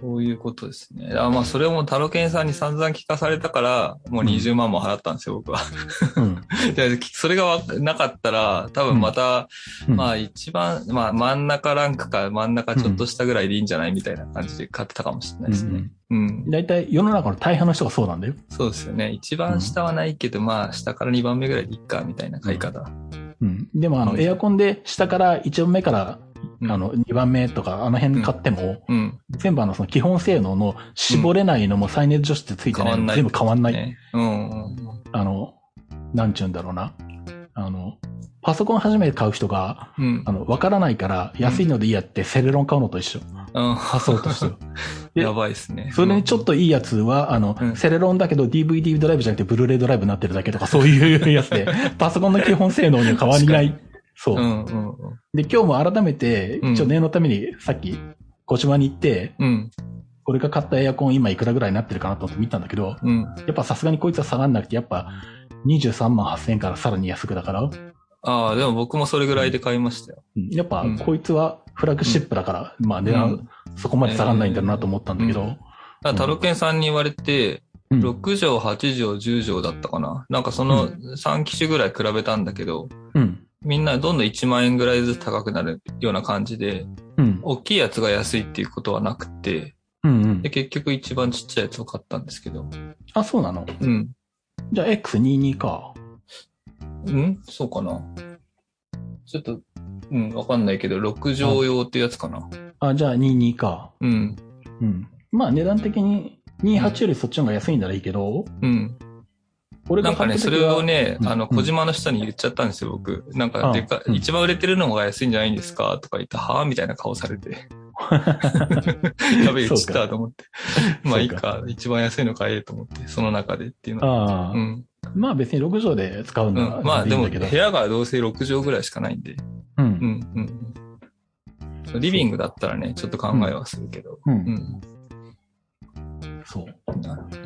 S2: そういうことですね。あまあ、それもタロケンさんに散々聞かされたから、もう20万も払ったんですよ、僕は。
S3: うん。
S2: でそれがわなかったら、多分また、
S3: うん
S2: まあ一番、まあ真ん中ランクか真ん中ちょっとしたぐらいでいいんじゃないみたいな感じで買ってたかもしれないですね。うん、
S3: 大体、世の中の大半の人がそうなんだよ。
S2: そうですよね。一番下はないけど、まあ下から2番目ぐらいでいっか、みたいな買い方。
S3: うん。でも、あ
S2: う
S3: の、
S2: ん
S3: エアコンで下から1番目から、
S2: うん
S3: あの、2番目とか、あの辺買っても、
S2: うん。
S3: 全部あの、その基本性能の絞れないのも再熱除湿ついてないのも全部変わんない。
S2: ね、うんうん
S3: あの、なんちゅうんだろうな。あの、パソコン初めて買う人が、
S2: うん。うん
S3: あ。の、わからないから安いのでいいやってセレロン買うのと一緒。
S2: うん。
S3: 発想として は。で
S2: やばいですね。
S3: それにちょっといいやつは、あの、
S2: うん
S3: セレロンだけど DVD ドライブじゃなくてブルーレイドライブになってるだけとかそういうやつで、パソコンの基本性能には変わりない。そうう。
S2: んうんうん。
S3: で、今日も改めて、
S2: うん
S3: 一応念のためにさっき、小島に行って、
S2: うん。
S3: 俺が買ったエアコン今いくらぐらいになってるかなと思って見たんだけど、
S2: うん。
S3: やっぱさすがにこいつは下がんなくて、やっぱ23万8000円からさらに安くだから、
S2: ああ、でも僕もそれぐらいで買いましたよ。
S3: うんやっぱ
S2: うん
S3: こいつはフラッグシップだから、まあ値段そこまで下がらないんだろうなと思ったんだけど、
S2: だからタロケンさんに言われて、
S3: うん
S2: 6畳、8畳、10畳だったかな。なんかその3機種ぐらい比べたんだけど、
S3: うん。
S2: みんなどんどん1万円ぐらいずつ高くなるような感じで、
S3: うん。
S2: 大きいやつが安いっていうことはなくて、
S3: うんうん
S2: で、。結局一番ちっちゃいやつを買ったんですけど。
S3: あ、そうなの
S2: うん。
S3: じゃあ X22 か。
S2: うんそうかな。ちょっと、うん、わかんないけど、6畳用ってやつかな。
S3: あ、じゃあ22か。
S2: うん。
S3: うん。まあ値段的に28よりそっちの方が安いんならいいけど、
S2: うん。
S3: 俺
S2: な
S3: が
S2: んか
S3: 買
S2: ね、
S3: った
S2: そ
S3: 時
S2: れ
S3: は
S2: をね、
S3: うん
S2: あの、小島の人に言っちゃったんですよ、僕。なんか、
S3: あ
S2: でか、
S3: うん
S2: 一番売れてるのが安いんじゃないんですかとか言ったはぁみたいな顔され て。やべえ、
S3: そ
S2: 言っ
S3: うか
S2: ちったと思って。まあいいか、一番安いの買えと思って、その中でっていうのは。
S3: ああ、
S2: うん。
S3: まあ別に6畳で使う
S2: う
S3: のは、
S2: ん。まあで
S3: いいん
S2: も、
S3: だけど
S2: 部屋がどうせ6畳ぐらいしかないんで。
S3: う。
S2: うんん、うん。リビングだったらね、ちょっと考えはするけど。
S3: う。
S2: うんん。
S3: そう。
S2: なるほど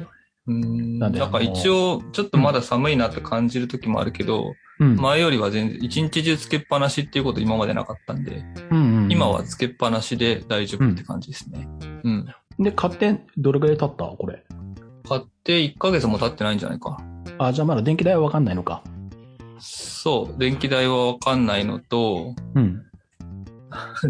S2: うん。な
S3: な
S2: ん
S3: んで
S2: か一応、ちょっとまだ寒いなって感じる時もあるけど、
S3: うん。
S2: 前よりは全然、一日中つけっぱなしっていうこと今までなかったんで、
S3: うんうん
S2: 今は。つけっぱなしで大丈夫って感じですね。うん。
S3: で、買ってどれぐらい経ったこれ。
S2: 買って1ヶ月も経ってないんじゃないか。
S3: あ、じゃあまだ電気代はわかんないのか。
S2: そう、電気代はわかんないのと、
S3: うん。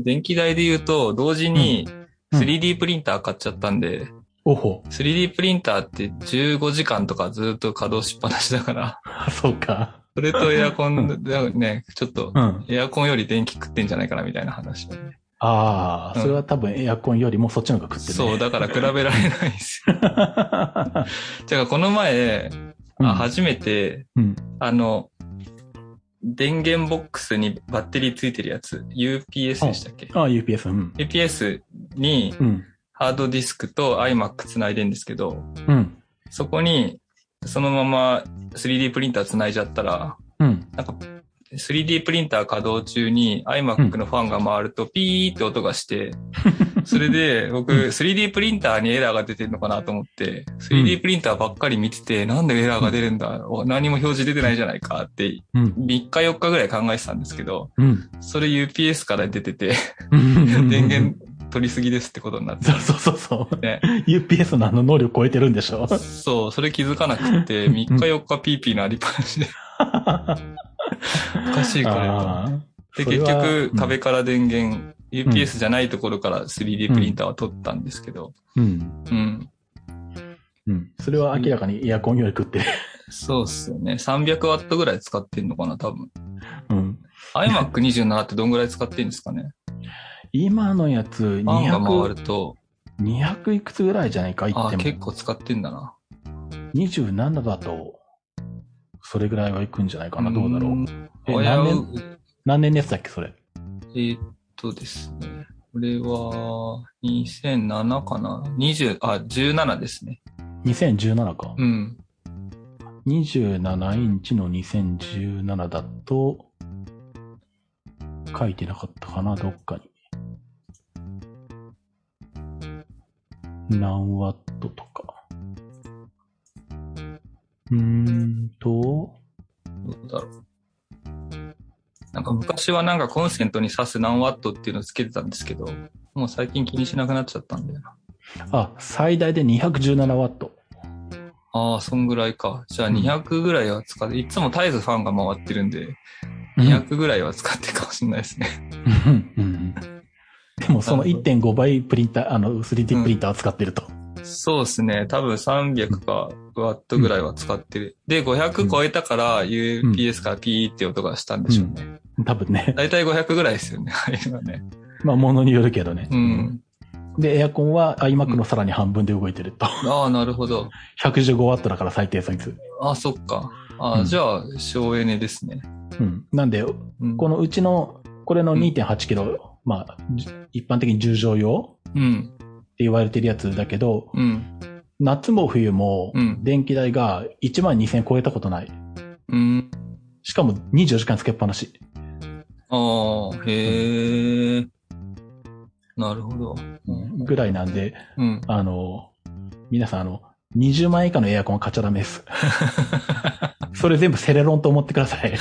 S2: 電気代で言うと、同時に
S3: うん
S2: 3D プリンター買っちゃったんで、
S3: おほ。
S2: 3D プリンターって15時間とかずっと稼働しっぱなしだから、
S3: あそうか。
S2: それとエアコンでね、ちょっと
S3: うん。
S2: エアコンより電気食ってんじゃないかなみたいな話だね、
S3: ああ、
S2: うん
S3: それは多分エアコンよりもそっちの方が食ってる、ね。
S2: そう、だから比べられないです よ。
S3: だ。
S2: てか、この前、
S3: うん、
S2: あ初めて、
S3: うん。
S2: あの、電源ボックスにバッテリーついてるやつ、UPS でしたっけ
S3: あ UPS、うん。
S2: ?UPS に
S3: うん。
S2: ハードディスクと iMac つないでんですけど、
S3: うん。
S2: そこにそのまま 3D プリンターつないじゃったら、
S3: うん。
S2: なんか 3D プリンター稼働中に iMac のファンが回るとピーって音が して、それで僕 3D プリンターにエラーが出てるのかなと思って、3D プリンターばっかり見てて、なんでエラーが出るんだお何も表示出てないじゃないかって
S3: うん。
S2: 3日4日ぐらい考えてたんですけど、
S3: うん。
S2: それ UPS から出てて、
S3: うん
S2: 電源。取りすぎですってことになって
S3: そうそうそうそう。
S2: ね
S3: UPS のあの能力超えてるん でしょ
S2: そう、それ気づかなくて、3日4日 ピーピーなりっぱなしで、おかしいこれと。
S3: あー
S2: で、
S3: それ
S2: 結
S3: は
S2: 局
S3: うん
S2: 壁から電源、UPS じゃないところから 3D プリンターは取ったんですけど、
S3: うん。
S2: うん。
S3: うん。それは明らかにエアコンより食ってる。
S2: そうっすよね。300ワットぐらい使ってんのかな、多分。
S3: うん。
S2: iMac27 ってどんぐらい使ってんですかね。
S3: 今のやつ
S2: ファンが回
S3: 200
S2: る、と、
S3: 200いくつぐらいじゃないか、言っ
S2: あ
S3: て
S2: ー、
S3: も。
S2: 結構使ってんだな。
S3: 27だと、それぐらいはいくんじゃないかな、どうだろう。
S2: ん
S3: え
S2: 親
S3: 何年
S2: う
S3: 何年のやつだっけ、それ。
S2: えーっとですね。これは、2007かな ?20、あ、17ですね。
S3: 2017か。
S2: うん。
S3: 27インチの2017だと、書いてなかったかな、どっかに。何ワットとか。うーんと、
S2: どうだろう。なんか昔はなんかコンセントに挿す何ワットっていうのをつけてたんですけど、もう最近気にしなくなっちゃったんだよな。
S3: あ、最大で217ワット。
S2: ああ、そんぐらいか。じゃあ
S3: うん
S2: 200ぐらいは使って、いつも絶えずファンが回ってるんで、
S3: うん
S2: 200ぐらいは使ってるかもしれないですね。
S3: うんうんでもその
S2: なるほど
S3: 1.5倍プリンター、あの 3D
S2: うん
S3: プリンターを使ってると。
S2: そうですね。多分300かワットぐらいは使ってる。で、500超えたから UPS からピーって音がしたんでしょうね。
S3: 多分ね。
S2: 大体500ぐらいですよね、あれはね。
S3: まあ、ものによるけどね。
S2: うん。
S3: で、エアコンは iMac のさらに半分で動いてると。
S2: ああ、なるほど。
S3: 115ワットだから最低そいつ。
S2: ああ、そっか。ああ、
S3: うん
S2: じゃあ、省エネですね。
S3: うん。なんで、
S2: うん。
S3: このうちの、これの
S2: うん
S3: 2.8キロ、まあ、じ一般的に重乗用っ
S2: うん。
S3: て言われてるやつだけど、
S2: うん。
S3: 夏も冬も
S2: うん、
S3: 電気代が1万2000超えたことない。
S2: うん。
S3: しかも24時間つけっぱなし。
S2: ああ、へえ。なるほど。うん。
S3: ぐらいなんで、
S2: うん、
S3: あの、皆さん、あの、20万円以下のエアコンは買っちゃダ メです。それ全部セレロンと思ってください。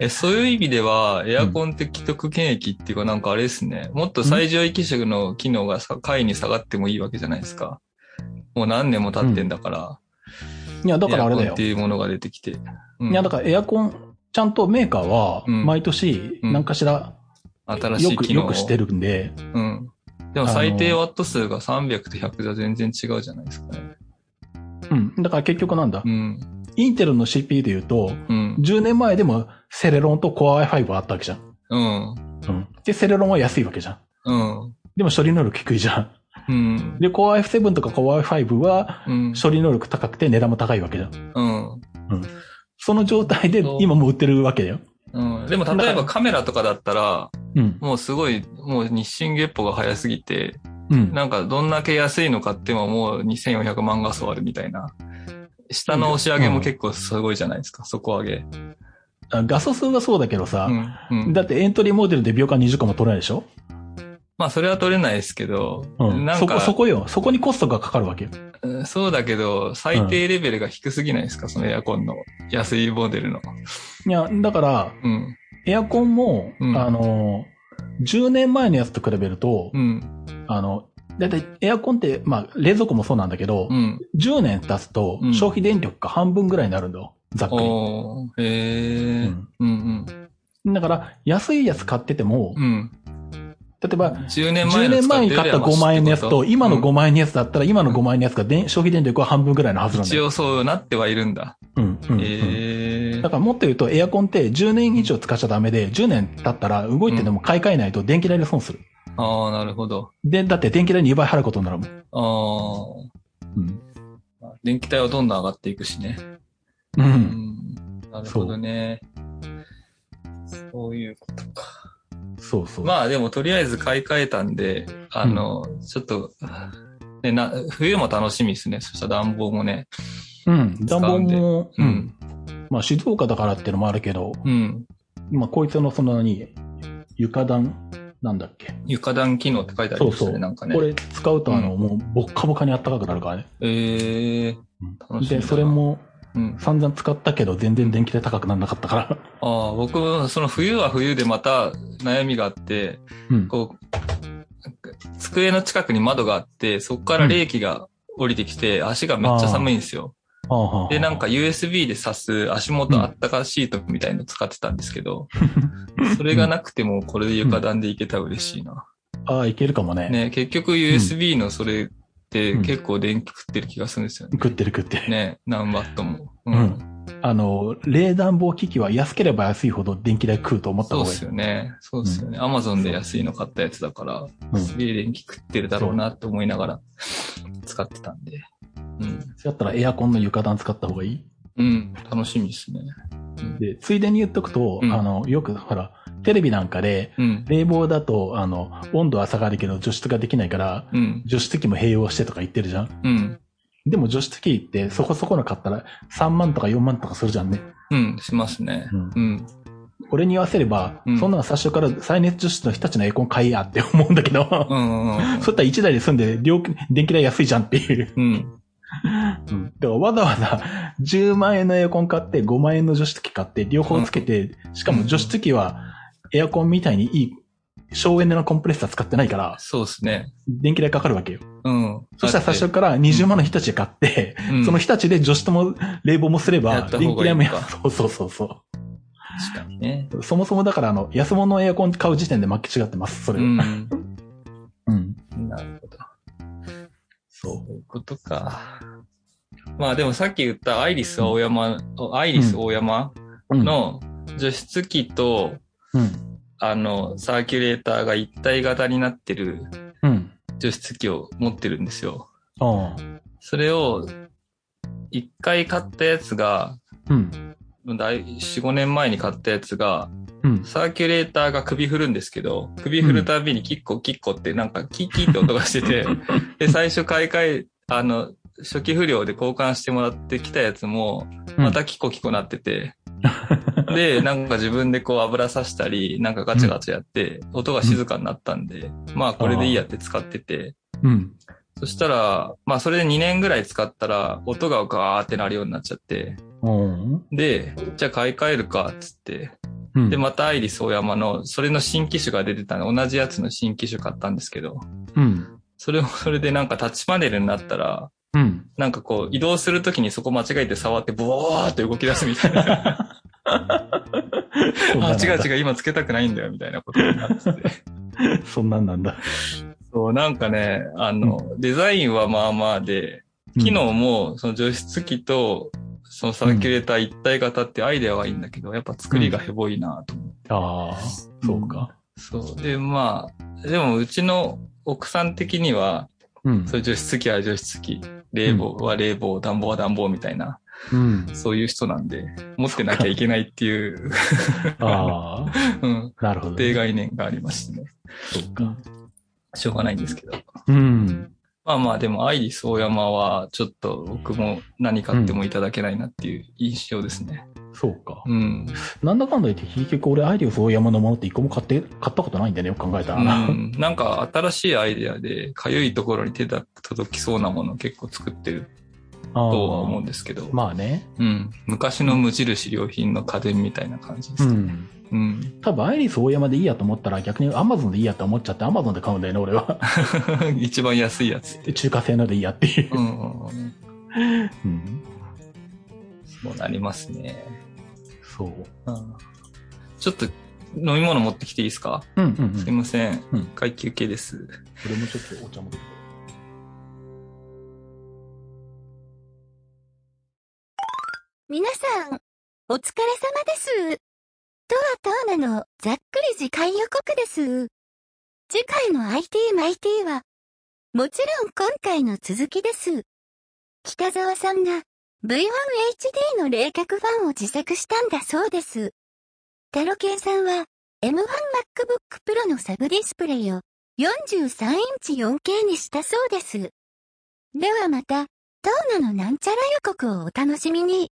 S2: えそういう意味では、エアコンって既得権益っていうか、なんかあれですね。もっと最上位機種の機能がさ下位に下がってもいいわけじゃないですか。もう何年も経ってんだから。
S3: いや、だからあれだ
S2: エアコン
S3: よ
S2: って。いうものが出てきて。うん
S3: いや、だからエアコン、ちゃんとメーカーは、
S2: うん
S3: 毎年、
S2: うん
S3: 何かしら、
S2: 新し
S3: よ
S2: い
S3: く、
S2: 機能を
S3: よくしてるんで、
S2: うん。でも最低ワット数が300と100じゃ全然違うじゃないですかね。
S3: うん。だから結局なんだ
S2: う。ん。
S3: インテルの CPU で言うと、
S2: うん。
S3: 10年前でもセレロンと Core i5 はあったわけじゃん。
S2: うん。
S3: うん。で、セレロンは安いわけじゃん。
S2: うん。
S3: でも処理能力低いじゃん。
S2: うん。
S3: で、Core i7 とか Core i5 は、
S2: うん。
S3: 処理能力高くて値段も高いわけじゃん。
S2: うん。
S3: その状態で今も売ってるわけだよ。
S2: うん。でも例えばカメラとかだったら、
S3: うん。
S2: もうすごい、もう日進月歩が早すぎて、
S3: うん。
S2: なんかどんだけ安いの買ってももう2400万画素あるみたいな。下の押し上げも結構すごいじゃないですか、底上げ。
S3: あ画素数はそうだけどさ
S2: う、ん。うん。
S3: だってエントリーモデルで秒間20個も取れないでしょ
S2: まあそれは取れないですけど、
S3: うん。
S2: なん
S3: そこ、
S2: か、
S3: そこよ。そこにコストがかかるわけよ。
S2: うんそうだけど、最低レベルが低すぎないですか、そのエアコンの安いモデルの。
S3: いや、だから、
S2: うん。
S3: エアコンも、
S2: うん
S3: あの、10年前のやつと比べると、
S2: うん。
S3: あの、だいたいエアコンって、まあ、冷蔵庫もそうなんだけど、
S2: うん。
S3: 10年経つと
S2: うん
S3: 消費電力が半分ぐらいになるんだよ。ざっくり。
S2: おー、へえ、
S3: うん
S2: うん
S3: だから、安いやつ買ってても
S2: うん。う、ん。
S3: 例えば、
S2: 10年前
S3: 10
S2: の
S3: 年前に買った5万円のやつと、今の5
S2: 万
S3: 万円のやつだったら、今の5万円のやつが電消費電力は半分ぐらいのはずなんだ
S2: 一
S3: よ。
S2: 応そうなってはいるんだ。
S3: うん、うん、うん。
S2: へえ
S3: だからもっと言うと、エアコンって10年以上使っちゃダメで、10年経ったら動いてても買い替えないと電気代で損する。
S2: ああ、なるほど。
S3: で、だって電気代2倍払うことになるもん。
S2: あ
S3: うん。
S2: あ。電気代はどんどん上がっていくしね。う
S3: う。
S2: んん。なるほどね。そういうことか。
S3: そうそう。
S2: まあでもとりあえず買い替えたんで、あの、ちょっと、ね、な、冬も楽しみですね。そしたら暖房もね。
S3: うん。暖房
S2: 使うんで
S3: も、
S2: う
S3: うんん。まあ静岡だからっていうのもあるけど、
S2: うん。
S3: まあこいつのその何、床暖なんだっけ。
S2: 床暖機能って書いてありましたね、
S3: そうそう
S2: なんかね。
S3: これ使うとあの、
S2: う
S3: もうボッカボカに暖かくなるからね。
S2: ええ楽しみだな
S3: で、それも
S2: うん。
S3: 散々使ったけど全然電気代高くならなかったから。
S2: ああ、僕もその冬は冬でまた悩みがあって、
S3: うん。
S2: こう、机の近くに窓があって、そこから冷気が降りてきて、足がめっちゃ寒いんですよ。
S3: はあはあはあ
S2: で、なんか USB で挿す足元あったかシートみたいの使ってたんですけ ど、それがなくてもこれで床暖でいけたら嬉しいな。
S3: ああ、いけるかもね。
S2: ね、結局 USB のそれって
S3: うん
S2: 結構電気食ってる気がするんですよね。
S3: 食ってる食ってる。
S2: ね、何ワットも。う
S3: うん。あの、冷暖房機器は安ければ安いほど電気代食うと思った
S2: そう
S3: 方
S2: っ
S3: がいい。
S2: すよね。そうっすよね。アマゾンで安いの買ったやつだから、
S3: うん
S2: すげえ電気食ってるだろうなって思いながら使ってたんで。うん。
S3: だったらエアコンの床暖使った方がいい。
S2: うん。楽しみですね。うん
S3: で、ついでに言っとくと、
S2: うん
S3: あの、よくほら、テレビなんかで、
S2: うん。
S3: 冷房だと、あの、温度は下がるけど除湿ができないから、
S2: うん。
S3: 除湿機も併用してとか言ってるじゃん。
S2: うん。
S3: でも除湿機ってそこそこの買ったら3万とか4万とかするじゃんね。
S2: うん。しますね。うん。
S3: 俺に言わせれば、
S2: うん
S3: そんなの最初から再熱除湿の日立のエアコン買いやって思うんだけど、
S2: うん。うんうん
S3: そういったら1台で済んで料金、電気代安いじゃんっていう。
S2: うん。
S3: だからわざわざ10万円のエアコン買って5万円の除湿機買って両方つけて、しかも除湿機はエアコンみたいにいい省エネのコンプレッサー使ってないから、
S2: そうっすね。
S3: 電気代かかるわけよ。
S2: うん。
S3: そしたら最初から20万の日立で買って、
S2: ら、うん
S3: その日立で除湿も冷房もすれ
S2: や
S3: ば
S2: った、方がいい
S3: 電気代もや
S2: のか
S3: そうそうそうそ
S2: 確かにね。
S3: う。そもそもだからあの、安物のエアコン買う時点で負け違ってます、それ
S2: う
S3: は。
S2: ん。
S3: うん。
S2: なるほど。
S3: そ
S2: そういうことか。まあでもさっき言ったアイリス大山、アイリス大山
S3: う。うん。
S2: の除湿機と、
S3: うん。
S2: あの、サーキュレーターが一体型になってる
S3: うん。
S2: 除湿機を持ってるんですよ。
S3: ああ。
S2: それを、一回買ったやつが、
S3: うん。
S2: だい4、5年前に買ったやつが、
S3: うん。
S2: サーキュレーターが首振るんですけど、首振るたびにキッコキッコってなんかキッキーって音がしてて、 で、最初買い替え、あの、初期不良で交換してもらってきたやつも、
S3: うん
S2: またキコキコなってて、で、なんか自分でこう油さしたり、なんかガチャガチャやって、音が静かになったんで、まあこれでいいやって使ってて、
S3: うん。
S2: そしたら、まあそれで2年ぐらい使ったら、音がガーってなるようになっちゃって、
S3: うん。
S2: で、じゃあ買い替えるか、っつって、
S3: うん。
S2: で、またアイリス大山の、それの新機種が出てたの、同じやつの新機種買ったんですけど、
S3: うん。
S2: それもそれでなんかタッチパネルになったら、
S3: うん。
S2: なんかこう移動するときにそこ間違えて触ってボワーって動き出すみた いな。あ、
S3: あ、
S2: 違う
S3: う。
S2: 違う、今つけたくないんだよみたいなことになってて。
S3: そんなんなんだ。
S2: そう、なんかね、あの、デザインはまあまあで、機能もその除湿機とそのサーキュレーター一体型ってアイデアはいいんだけど、やっぱ作りがヘボいなと思って
S3: ああ、そうか。
S2: そう。で、まあ、でもうちの奥さん的には、
S3: うん
S2: そういう除湿機は除湿機、冷房は冷房、暖房は暖房みたいな、
S3: うん。
S2: そういう人なんで、持ってなきゃいけないっていう、
S3: あ あ、
S2: うん、
S3: なるほ ど。
S2: 定概念がありましてね。
S3: そうか。
S2: しょうがないんですけど。
S3: うん。
S2: まあまあ、でも、アイリス大山は、ちょっと僕も何買ってもいただけないなっていう印象ですね。
S3: そうか。
S2: うん。
S3: なんだかんだ言って、結局俺、アイディオス大山のものって一個も買って、買ったことないんだよね、よく考えた
S2: う
S3: ら。
S2: ん、なんか、新しいアイデアで、かゆいところに手が届きそうなものを結構作ってる
S3: と
S2: とは思うんですけど、
S3: まあね。
S2: うん、昔の無印良品の家電みたいな感じで
S3: う
S2: す。
S3: ん。
S2: うん、
S3: 多分、アイリス大山でいいやと思ったら、逆にアマゾンでいいやと思っちゃって、アマゾンで買うんだよね、俺 は。
S2: 一番安いやつ。
S3: 中華製のでいいやっていう
S2: う。んうんうん、
S3: うん。
S2: そうなりますね。
S3: そう。
S2: うんちょっと飲み物持ってきていいですか、
S3: うんうん、
S2: すいません。
S3: うん
S2: 階級系です。
S3: 俺もちょっとお茶持ってきて。
S1: 皆さん、お疲れ様です。とはとうなのざっくり次回予告です。次回の IT マイティは、もちろん今回の続きです。北沢さんが V1HD の冷却ファンを自作したんだそうです。タロケンさんは M1MacBook Pro のサブディスプレイを43インチ 4K にしたそうです。ではまた、トーナのなんちゃら予告をお楽しみに。